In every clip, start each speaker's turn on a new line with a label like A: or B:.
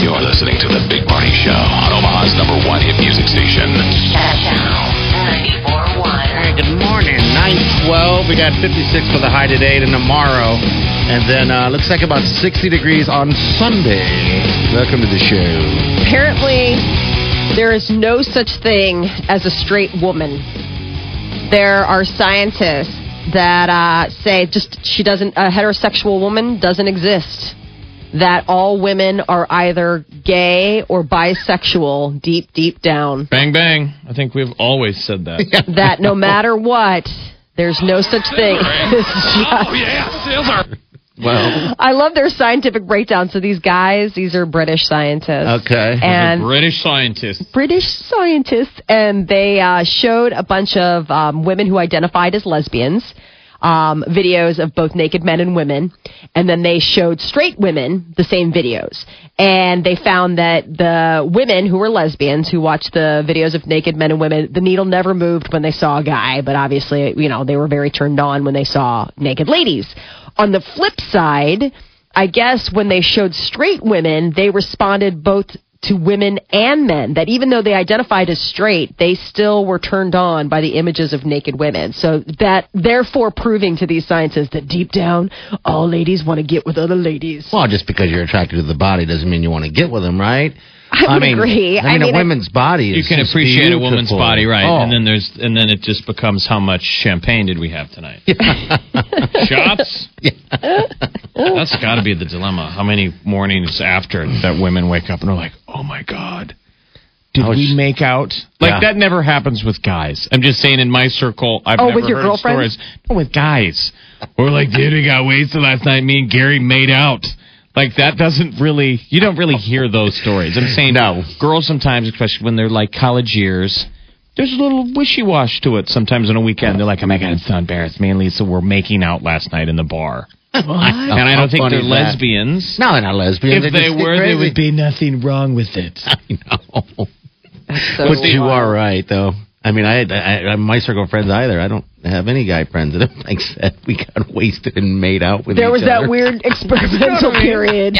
A: You're listening to the Big Party Show on Omaha's number one hit music station.
B: Hey, good morning. 912. We got 56 for the high today and tomorrow. And then uh, looks like about 60 degrees on Sunday. Welcome to the show.
C: Apparently, there is no such thing as a straight woman. There are scientists that uh, say just she doesn't, a heterosexual woman doesn't exist. That all women are either gay or bisexual deep, deep down.
D: Bang bang. I think we've always said that.
C: That no matter what, there's no such thing. This is just-
A: Oh,
B: Well,
C: I love their scientific breakdown. So these guys, these are British scientists.
B: okay.
C: And
D: British scientists.
C: British scientists, and they uh, showed a bunch of um, women who identified as lesbians um, videos of both naked men and women, and then they showed straight women the same videos, and they found that the women who were lesbians who watched the videos of naked men and women, the needle never moved when they saw a guy, but obviously, you know, they were very turned on when they saw naked ladies. On the flip side. I guess when they showed straight women, they responded both to women and men. That even though they identified as straight, they still were turned on by the images of naked women. So that therefore proving to these scientists that deep down, all ladies want to get with other ladies.
B: Well, just because you're attracted to the body doesn't mean you want to get with them, right?
C: I would
B: mean,
C: agree.
B: I
C: I
B: mean,
C: mean,
B: a
C: I-
B: woman's body
D: You
B: is
D: can
B: just
D: appreciate a
B: beautiful.
D: woman's body, right?
B: Oh.
D: And then there's and then it just becomes how much champagne did we have tonight? Shots? That's got to be the dilemma. How many mornings after that women wake up and are like, "Oh my god, did
B: I was-
D: we make out?" Like
B: Yeah.
D: that never happens with guys. I'm just saying in my circle, I've
C: Oh,
D: never
C: with your
D: heard of
C: girlfriends?
D: stories No, with guys. We're like, "Dude, we got wasted last night. Me and Gary made out." Like that doesn't really you don't really hear those stories. I'm saying no. Girls sometimes, especially when they're like college years, there's a little wishy wash to it sometimes on a weekend. They're like, Oh my god, it's so embarrassed. Me and Lisa were making out last night in the bar.
B: How-
D: and I
B: how
D: don't think
B: funny
D: they're
B: is that?
D: lesbians.
B: No, they're not lesbians.
D: If
B: They're
D: they
B: just
D: were,
B: crazy.
D: there would be nothing wrong with it.
B: No.
C: So
B: but you are right, though. I mean, I, I, I my circle of friends either. I don't have any guy friends that have like said we got wasted and made out with.
C: There
B: each
C: was that
B: other.
C: weird experimental period.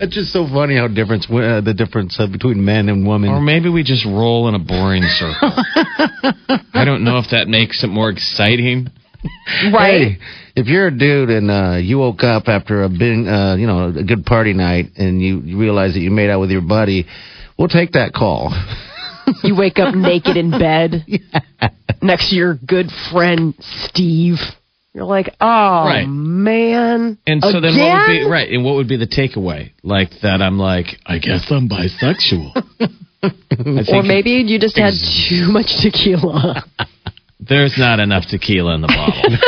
B: It's just so funny how difference uh, the difference uh, between men and women.
D: Or maybe we just roll in a boring circle. I don't know if that makes it more exciting.
C: Right.
B: Hey, if you're a dude and uh, you woke up after a bing, uh, you know, a good party night, and you, you realize that you made out with your buddy, we'll take that call.
C: You wake up naked in bed next to your good friend Steve. You're like, oh
D: Right.
C: man.
D: And so then what would be
C: Again?
D: right? And what would be the takeaway? Like that I'm like, I guess I'm bisexual. I
C: Or
D: think
C: maybe you just had too much tequila.
D: there's not enough tequila in the bottle.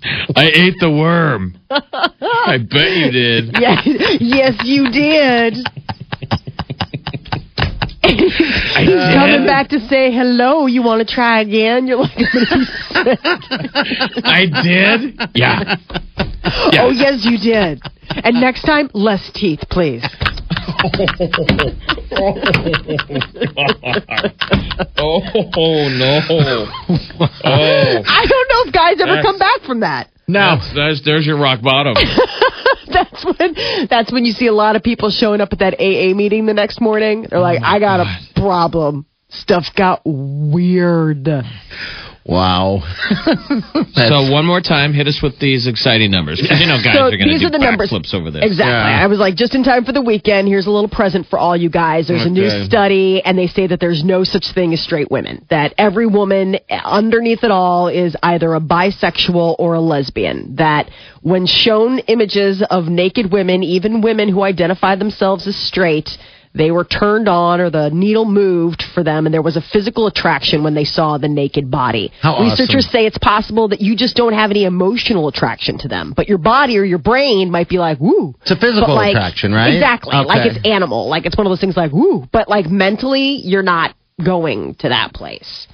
D: I ate the worm. I bet you did.
C: yes, yes, you did.
D: I did.
C: Coming back to say hello. You want to try again? You're like,
D: I did. Yeah.
C: oh yes, you did. And next time, less teeth, please.
D: Oh no. Oh.
C: I don't know if guys ever come back from that.
D: No. there's your rock bottom.
C: That's when that's when you see a lot of people showing up at that AA meeting the next Oh morning. They're like, I got a problem. Stuff got weird.
B: Wow.
D: so one more time, hit us with these exciting numbers. 'Cause You know, guys
C: So
D: are going to
C: these
D: do
C: are the numbers.
D: backflips over this.
C: Exactly.
B: Yeah.
C: I was like, just in time for the weekend. Here's a little present for all you guys. There's a new
B: Okay.
C: study, and they say that there's no such thing as straight women. That every woman underneath it all is either a bisexual or a lesbian. That when shown images of naked women, even women who identify themselves as straight, they were turned on or the needle moved for them, and there was a physical attraction when they saw the naked body.
B: How
C: Researchers
B: awesome.
C: say it's possible that you just don't have any emotional attraction to them, but your body or your brain might be like, woo.
B: It's a physical
C: But, like,
B: attraction, right?
C: Exactly.
B: Okay.
C: Like it's animal. Like it's one of those things like, woo. But like mentally, you're not going to that place.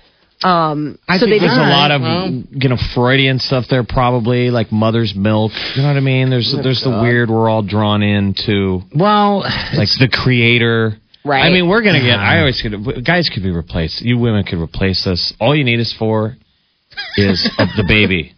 C: Um,
D: I
C: so
D: think
C: they
D: there's
C: just-
D: a lot of
B: well-
D: you know Freudian stuff there, probably like mother's milk. You know what I mean? There's there's the weird we're all drawn into,
B: Well,
D: like the creator.
C: Right.
D: I mean, we're gonna get. I always could. w- Guys could be replaced. You women could replace us. All you need us for is uh, the baby,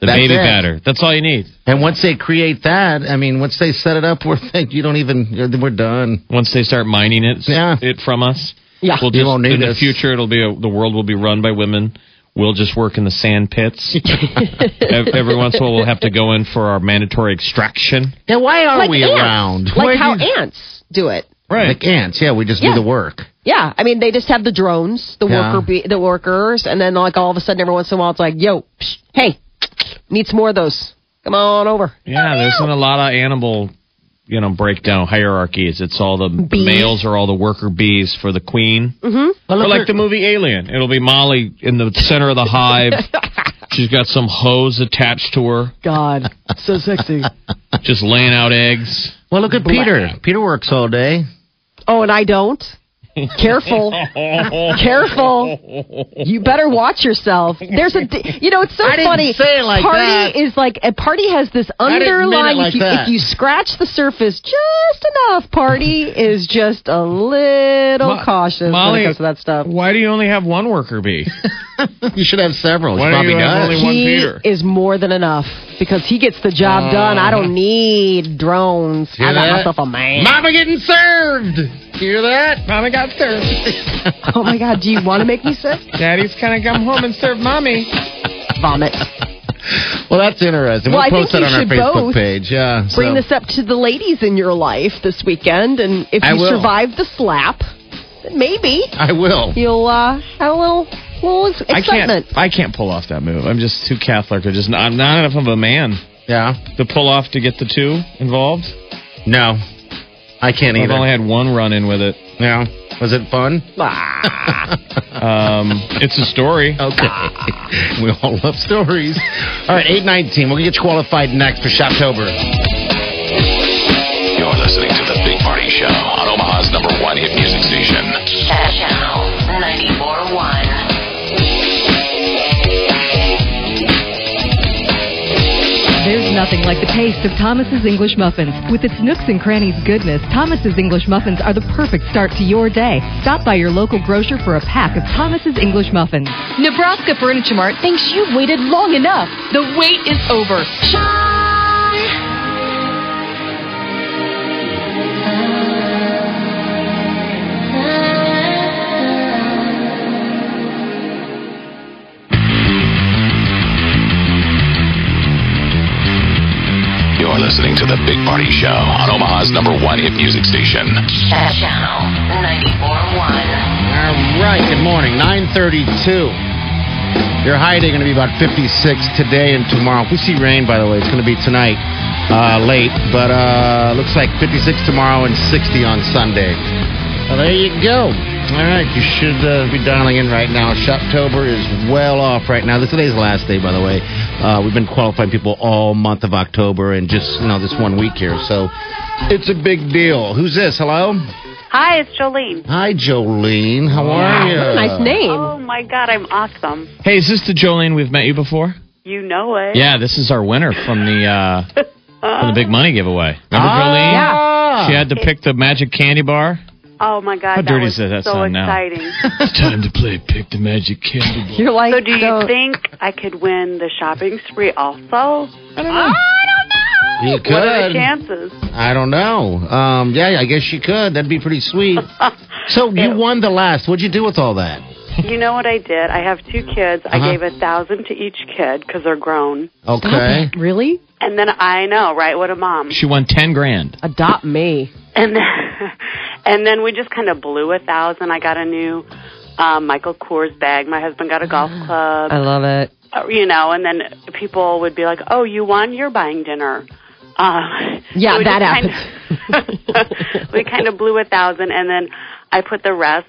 D: the
B: That's
D: baby
B: it.
D: batter. That's all you need.
B: and once they create that, I mean, once they set it up, we're like, you don't even, we're done.
D: Once they start mining it,
B: Yeah.
D: it from us.
C: Yeah.
D: We'll
B: You
D: just,
B: won't need
D: in the
B: us.
D: future, it'll be a, the world will be run by women. We'll just work in the sand pits. Ev- Every once in a while, we'll have to go in for our mandatory extraction.
B: Yeah, why are
C: like
B: we
C: ants.
B: around? Why
C: Like how
B: do-
C: ants do it.
D: Right.
B: Like ants, yeah, we just
C: Yeah.
B: do the work.
C: Yeah, I mean, they just have the drones, the
B: Yeah.
C: worker, be- the workers, and then like all of a sudden, every once in a while, it's like, yo, psh, hey, need some more of those. Come on over.
D: Yeah, there's been a lot of animal, you know, breakdown hierarchies. It's all the, the
C: Bees.
D: males are all the worker bees for the queen. Mm-hmm. Or like the movie Alien, it'll be Molly in the center of the hive. She's got some hose attached to her,
C: God, so sexy.
D: just laying out eggs.
B: Well, look at Peter. Peter works all day.
C: Oh, and I don't. Careful. Careful. You better watch yourself. There's a, di- you know, it's so
B: I didn't
C: funny.
B: say it like
C: party
B: that.
C: is like a party has this
B: didn't mean it
C: underlying.
B: like
C: if, you,
B: that.
C: if you scratch the surface just enough, party is just a little
D: Mo-
C: cautious when
D: Molly-
C: it comes to that stuff.
D: Why do you only have one worker bee?
B: You should have several.
D: Why
B: He
D: do
B: probably
D: you have
B: does.
D: only one
C: He
D: Peter?
C: is more than enough because he gets the job done. I don't need drones. I got
B: Oh. that?
C: myself a man.
B: Mama getting served. Hear that? Mama got served.
C: oh my god, do you want to make me sick?
D: Daddy's kind of come home and serve mommy.
C: Vomit.
B: Well, that's interesting.
C: Well, I
B: we'll post that
C: think we
B: on our
C: should
B: Facebook
C: both
B: page. Yeah. so-
C: bring this up to the ladies in your life this weekend, and if
B: I
C: you
B: will.
C: survive the slap, then maybe
B: I will.
C: you'll uh, have a little little ex-
D: I can't.
C: excitement.
D: I can't pull off that move. I'm just too Catholic, or just not, I'm not enough of a man
B: Yeah.
D: to pull off to get the two involved.
B: No. I can't
D: I've
B: either.
D: only had one run in with it.
B: yeah. Was it fun?
C: Ah.
D: Um, it's a story.
B: Okay. we all love stories. All right, 819. We'll get you qualified next for Shoptober.
A: You're listening to the Big Party Show on Omaha's number one hit music station.
E: Channel 94.1.
F: There's nothing like the taste of Thomas's English muffins. With its nooks and crannies goodness, Thomas's English muffins are the perfect start to your day. Stop by your local grocer for a pack of Thomas's English muffins. Nebraska Furniture Mart thinks you've waited long enough. The wait is over.
E: Sean!
A: You're listening to the Big Party Show on Omaha's number one hit music station.
E: Channel 94.1.
B: All right, good morning. 932. Your high day going to be about 56 today and tomorrow. We see rain, by the way. It's going to be tonight, uh, late, but uh, looks like 56 tomorrow and 60 on Sunday. Well, there you go. All right, you should uh, be dialing in right now. Shoptober is well off right now. This today's the last day, by the way. Uh, we've been qualifying people all month of October and just you know this one week here, so it's a big deal. Who's this? Hello.
G: Hi, it's Jolene.
B: Hi, Jolene. How are you?
C: What a nice name.
G: Oh my God, I'm awesome.
D: Hey, is this the Jolene we've met you before?
G: You know it.
D: Yeah, this is our winner from the uh, from the big money giveaway. Remember Jolene?
B: Ah.
D: She had to pick the magic candy bar.
G: Oh my God,
D: How
G: that
D: dirty
G: was
D: does that
G: so
D: sound now?
G: exciting.
D: It's time to play pick the magic candy bar.
C: You're like
G: so, do you think I could win the shopping spree also? I don't know.
B: You could.
G: What are the chances?
B: I don't know. Um, yeah, I guess you could. That'd be pretty sweet. so you won the last. What'd you do with all that?
G: You know what I did? I have two kids.
D: Uh-huh.
G: I gave a thousand to each kid because they're grown.
B: Okay.
C: Really?
G: And then I know, right? What a mom.
D: She won ten grand.
C: Adopt me.
G: And then, and then we just kind of blew a thousand. I got a new um, Michael Kors bag. My husband got a golf club.
C: I love it.
G: Uh, you know, and then people would be like, "Oh, you won. You're buying dinner." Um,
C: Yeah,
G: we
C: that
G: just Kind of, we kind of blew a thousand, and then I put the rest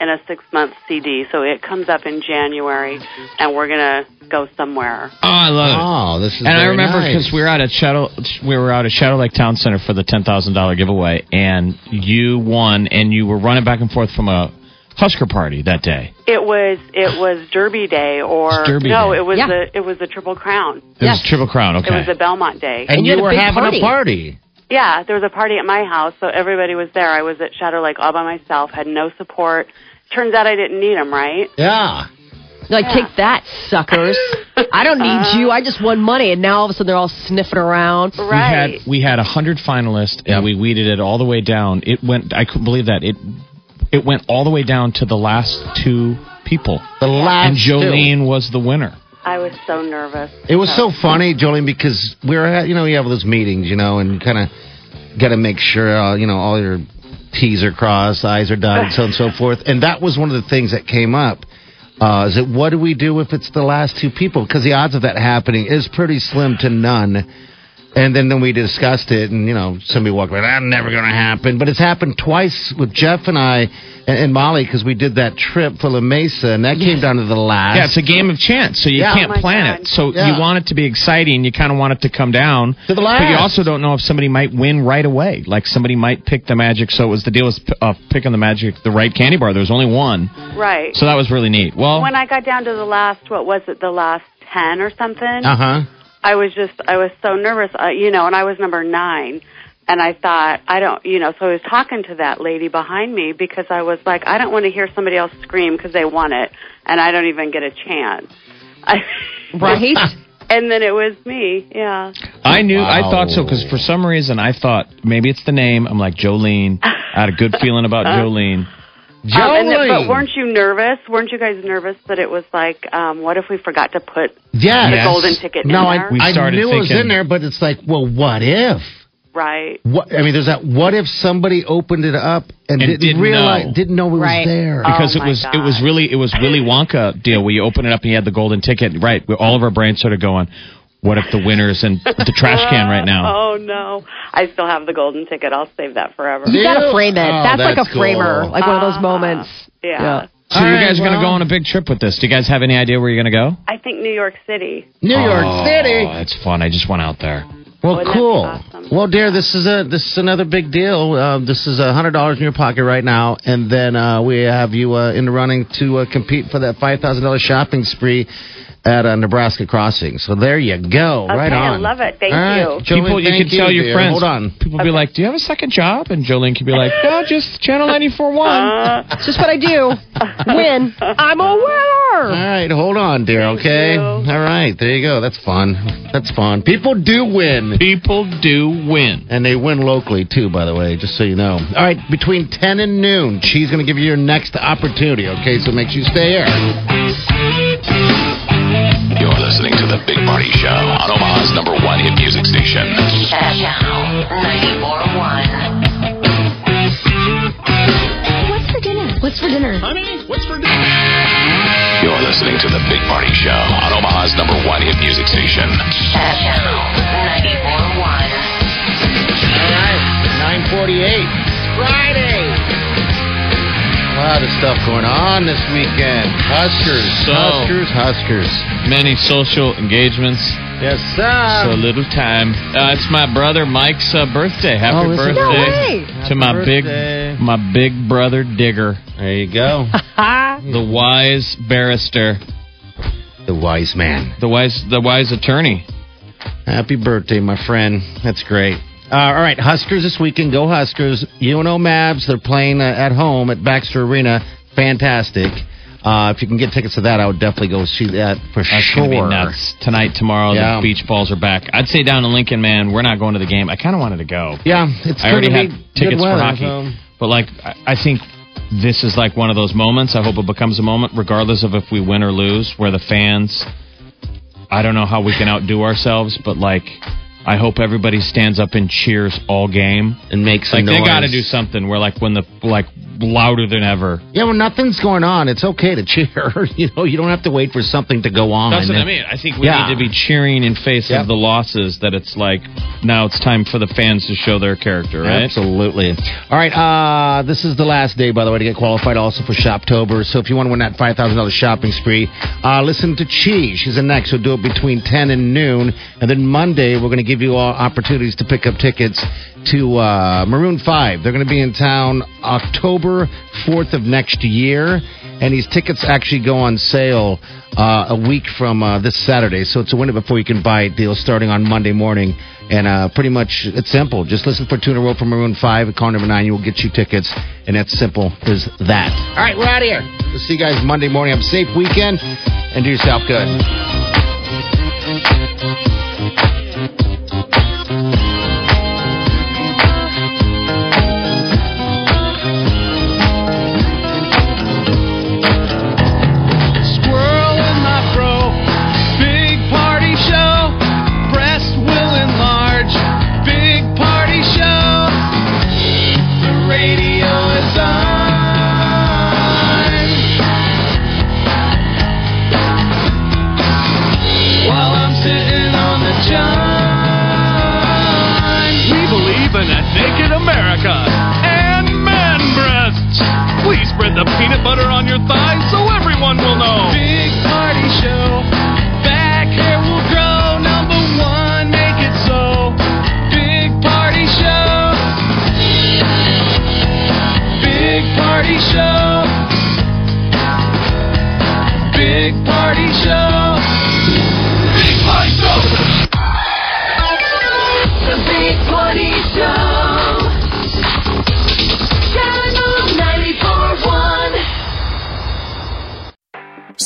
G: in a six month CD, so it comes up in January, and we're gonna go somewhere.
D: Oh, I love it.
B: Oh, this is.
D: And I
B: very
D: remember
B: nice.
D: because we were out at Shadow, we were out at Shadow Lake Town Center for the ten thousand dollar giveaway, and you won, and you were running back and forth from a Husker party that day.
G: It was it was Derby Day, or
D: It's Derby
G: no,
D: Day.
G: it was
C: Yeah.
G: the it was the Triple Crown.
D: It was Triple Crown. Okay.
G: It was the Belmont Day.
B: And,
C: And you had a
B: you, were
C: big
B: having
C: party.
B: a party.
G: Yeah, there was a party at my house, so everybody was there. I was at Shadow Lake all by myself, had no support. Turns out I didn't need them, right?
B: Yeah.
C: Like, take that, suckers. I don't need you. I just won money, and now all of a sudden they're all sniffing around.
D: we had
G: Right.
D: we had a hundred finalists and we weeded it all the way down. It went. I couldn't believe that it. It went all the way down to the last two people.
B: The last
D: and Jolene was the winner.
G: I was so nervous.
B: It was so funny, Jolene, because we were at, you know, you have those meetings, you know, and kind of got to make sure, uh, you know, all your T's are crossed, I's are dotted, so on and so forth. And that was one of the things that came up. Uh, is that what do we do if it's the last two people? Because the odds of that happening is pretty slim to none. And then, then we discussed it, and you know, somebody walked away. That's never going to happen. But it's happened twice with Jeff and I and, and Molly because we did that trip for La Mesa, and that came down to the last.
D: Yeah, it's a game of chance, so you
B: Yeah.
D: can't
G: Oh my
D: plan
G: God.
D: it. So
B: Yeah.
D: you want it to be exciting. You kind of want it to come down
B: To the
D: But you
G: Ah.
B: last.
D: also don't know if somebody might win right away. Like somebody might pick the magic. So it was the deal was p- uh, picking the magic, the right candy bar. There was only one,
G: Right.
D: so that was really neat. Well,
G: when I got down to the last, what was it, the last 10 or something?
B: Uh huh.
G: I was just, I was so nervous, uh, you know, and I was number nine. And I thought, I don't, you know, so I was talking to that lady behind me because I was like, I don't want to hear somebody else scream because they want it and I don't even get a chance. I,
C: Right?
G: and then it was me, yeah.
D: I knew, I
B: Wow.
D: thought so because for some reason I thought maybe it's the name. I'm like Jolene. I had a good feeling about Jolene.
G: Um, and then,
B: Jolene.
G: but weren't you nervous? Weren't you guys nervous that it was like, um, what if we forgot to put,
B: Yeah,
G: The golden ticket
B: No,
G: in
B: I,
G: there?
D: We
B: I
D: started
B: knew it was
D: thinking-
B: in there, but it's like, well, what if?
G: right?
B: What I mean, there's that. What if somebody opened it up
D: And
B: and, didn't,
D: didn't
B: realize,
D: know.
B: didn't know it was
C: Right.
B: there?
D: because
G: Oh,
D: it
G: my
D: was it
G: God.
D: was really it was Willy Wonka deal where you open it up and you had the golden ticket. Right, where all of our brains started going. What if the winner's in the trash can right now?
G: Oh no, I still have the golden ticket. I'll save that forever.
C: You got to frame it.
B: Oh,
C: that's, like
B: that's
C: a framer,
B: cool.
C: like one of those moments.
G: Yeah.
D: So
B: All
D: you
B: right,
D: guys are going to
B: well-
D: go on a big trip with this. Do you guys have any idea where you're going to go?
G: I think New York City.
B: New York
D: oh,
B: City.
D: that's fun. I just went out there.
B: Well,
G: Wouldn't that be
B: cool.
G: awesome?
B: Well, dear, this is a this is another big deal. Uh, this is a hundred dollars in your pocket right now, and then uh, we have you uh, in the running to uh, compete for that five thousand dollars shopping spree at uh, Nebraska Crossing. So there you go.
G: Okay,
B: right
G: I
B: on.
G: love it. Thank
B: All right,
G: you.
B: Jolene,
D: People, you
B: thank
D: can tell your
B: dear.
D: friends.
B: Hold on.
D: People be like, "Do you have a second job?" And Jolene could be like, "No, just Channel
B: Uh-huh.
D: 94.1.
C: It's just what I do. Win. I'm a winner.
B: All right, hold on, dear, okay?
G: you.
B: All right, there you go. That's fun. That's fun. People do win.
D: People do win.
B: And they win locally, too, by the way, just so you know. All right, between 10 and noon, she's going to give you your next opportunity, okay? So make sure you stay here.
A: You're listening to the Big Party Show on Omaha's number one hit music station.
E: Channel 941.
H: What's for dinner? What's for dinner?
A: You're listening to the Big Party Show on Omaha's number one hit music station.
E: Channel 941.
B: All right, 948. Friday. A lot of stuff going on this weekend. Huskers,
D: So-
B: Huskers, Huskers.
D: Many social engagements,
B: Yes, sir.
D: so little time. Uh, it's my brother Mike's uh, birthday. Happy
B: Oh, is it?
D: birthday
B: No
C: way.
D: to my
B: Happy birthday.
D: big my big brother Digger,
B: there you go.
D: the wise barrister,
B: the wise man.
D: the wise the wise attorney.
B: Happy birthday, my friend. That's great. Uh, all right, Huskers this weekend. Go Huskers. UNO Mavs, they're playing uh, at home at Baxter Arena. Fantastic. Uh, if you can get tickets to that, I would definitely go see that for
D: That's
B: sure.
D: gonna be nuts tonight, tomorrow.
B: Yeah.
D: The beach balls are back. I'd say down in Lincoln, man. We're not going to the game. I kind of wanted to go.
B: Yeah, it's
D: I already
B: gonna
D: had
B: be good
D: tickets for
B: weather,
D: hockey,
B: so-
D: but like I, I think this is like one of those moments. I hope it becomes a moment, regardless of if we win or lose, where the fans, I don't know how we can outdo ourselves, but like, I hope everybody stands up and cheers all game.
B: and make some
D: Like they
B: noise.
D: got to do something. Where like when the like louder than ever.
B: Yeah, when nothing's going on, it's okay to cheer. you know, you don't have to wait for something to go on.
D: That's what I mean. I think we
B: Yeah.
D: need to be cheering in face
B: Yep.
D: of the losses. That it's like now it's time for the fans to show their character, right?
B: Absolutely. All right. Uh, this is the last day, by the way, to get qualified also for Shoptober. So if you want to win that $5,000 shopping spree, uh, listen to Chi. She's the next. We'll do it between 10 and noon. And then Monday, we're going to give you all opportunities to pick up tickets to uh, Maroon 5. They're going to be in town October 4th of next year. And these tickets actually go on sale uh, a week from uh, this Saturday. So it's a win it before you can buy it deal starting on Monday morning. And uh, pretty much it's simple. Just listen for Tuna Roll from Maroon 5 at car number 9. You will get you tickets. And that's simple as that. All right, we're out of here. We'll see you guys Monday morning. Have a safe weekend and do yourself good.
D: Squirrel in my fro. Big party show. Breast will enlarge. Big party show. The radio is on. While I'm sitting on the john. We believe in a naked America and man breasts. Please spread the peanut butter on your thighs so everyone will know. Big party show. Back hair will grow. Number one, make it so. Big party show. Big party show. Big party show. Big party show.
E: The Big Party Show. Channel 941.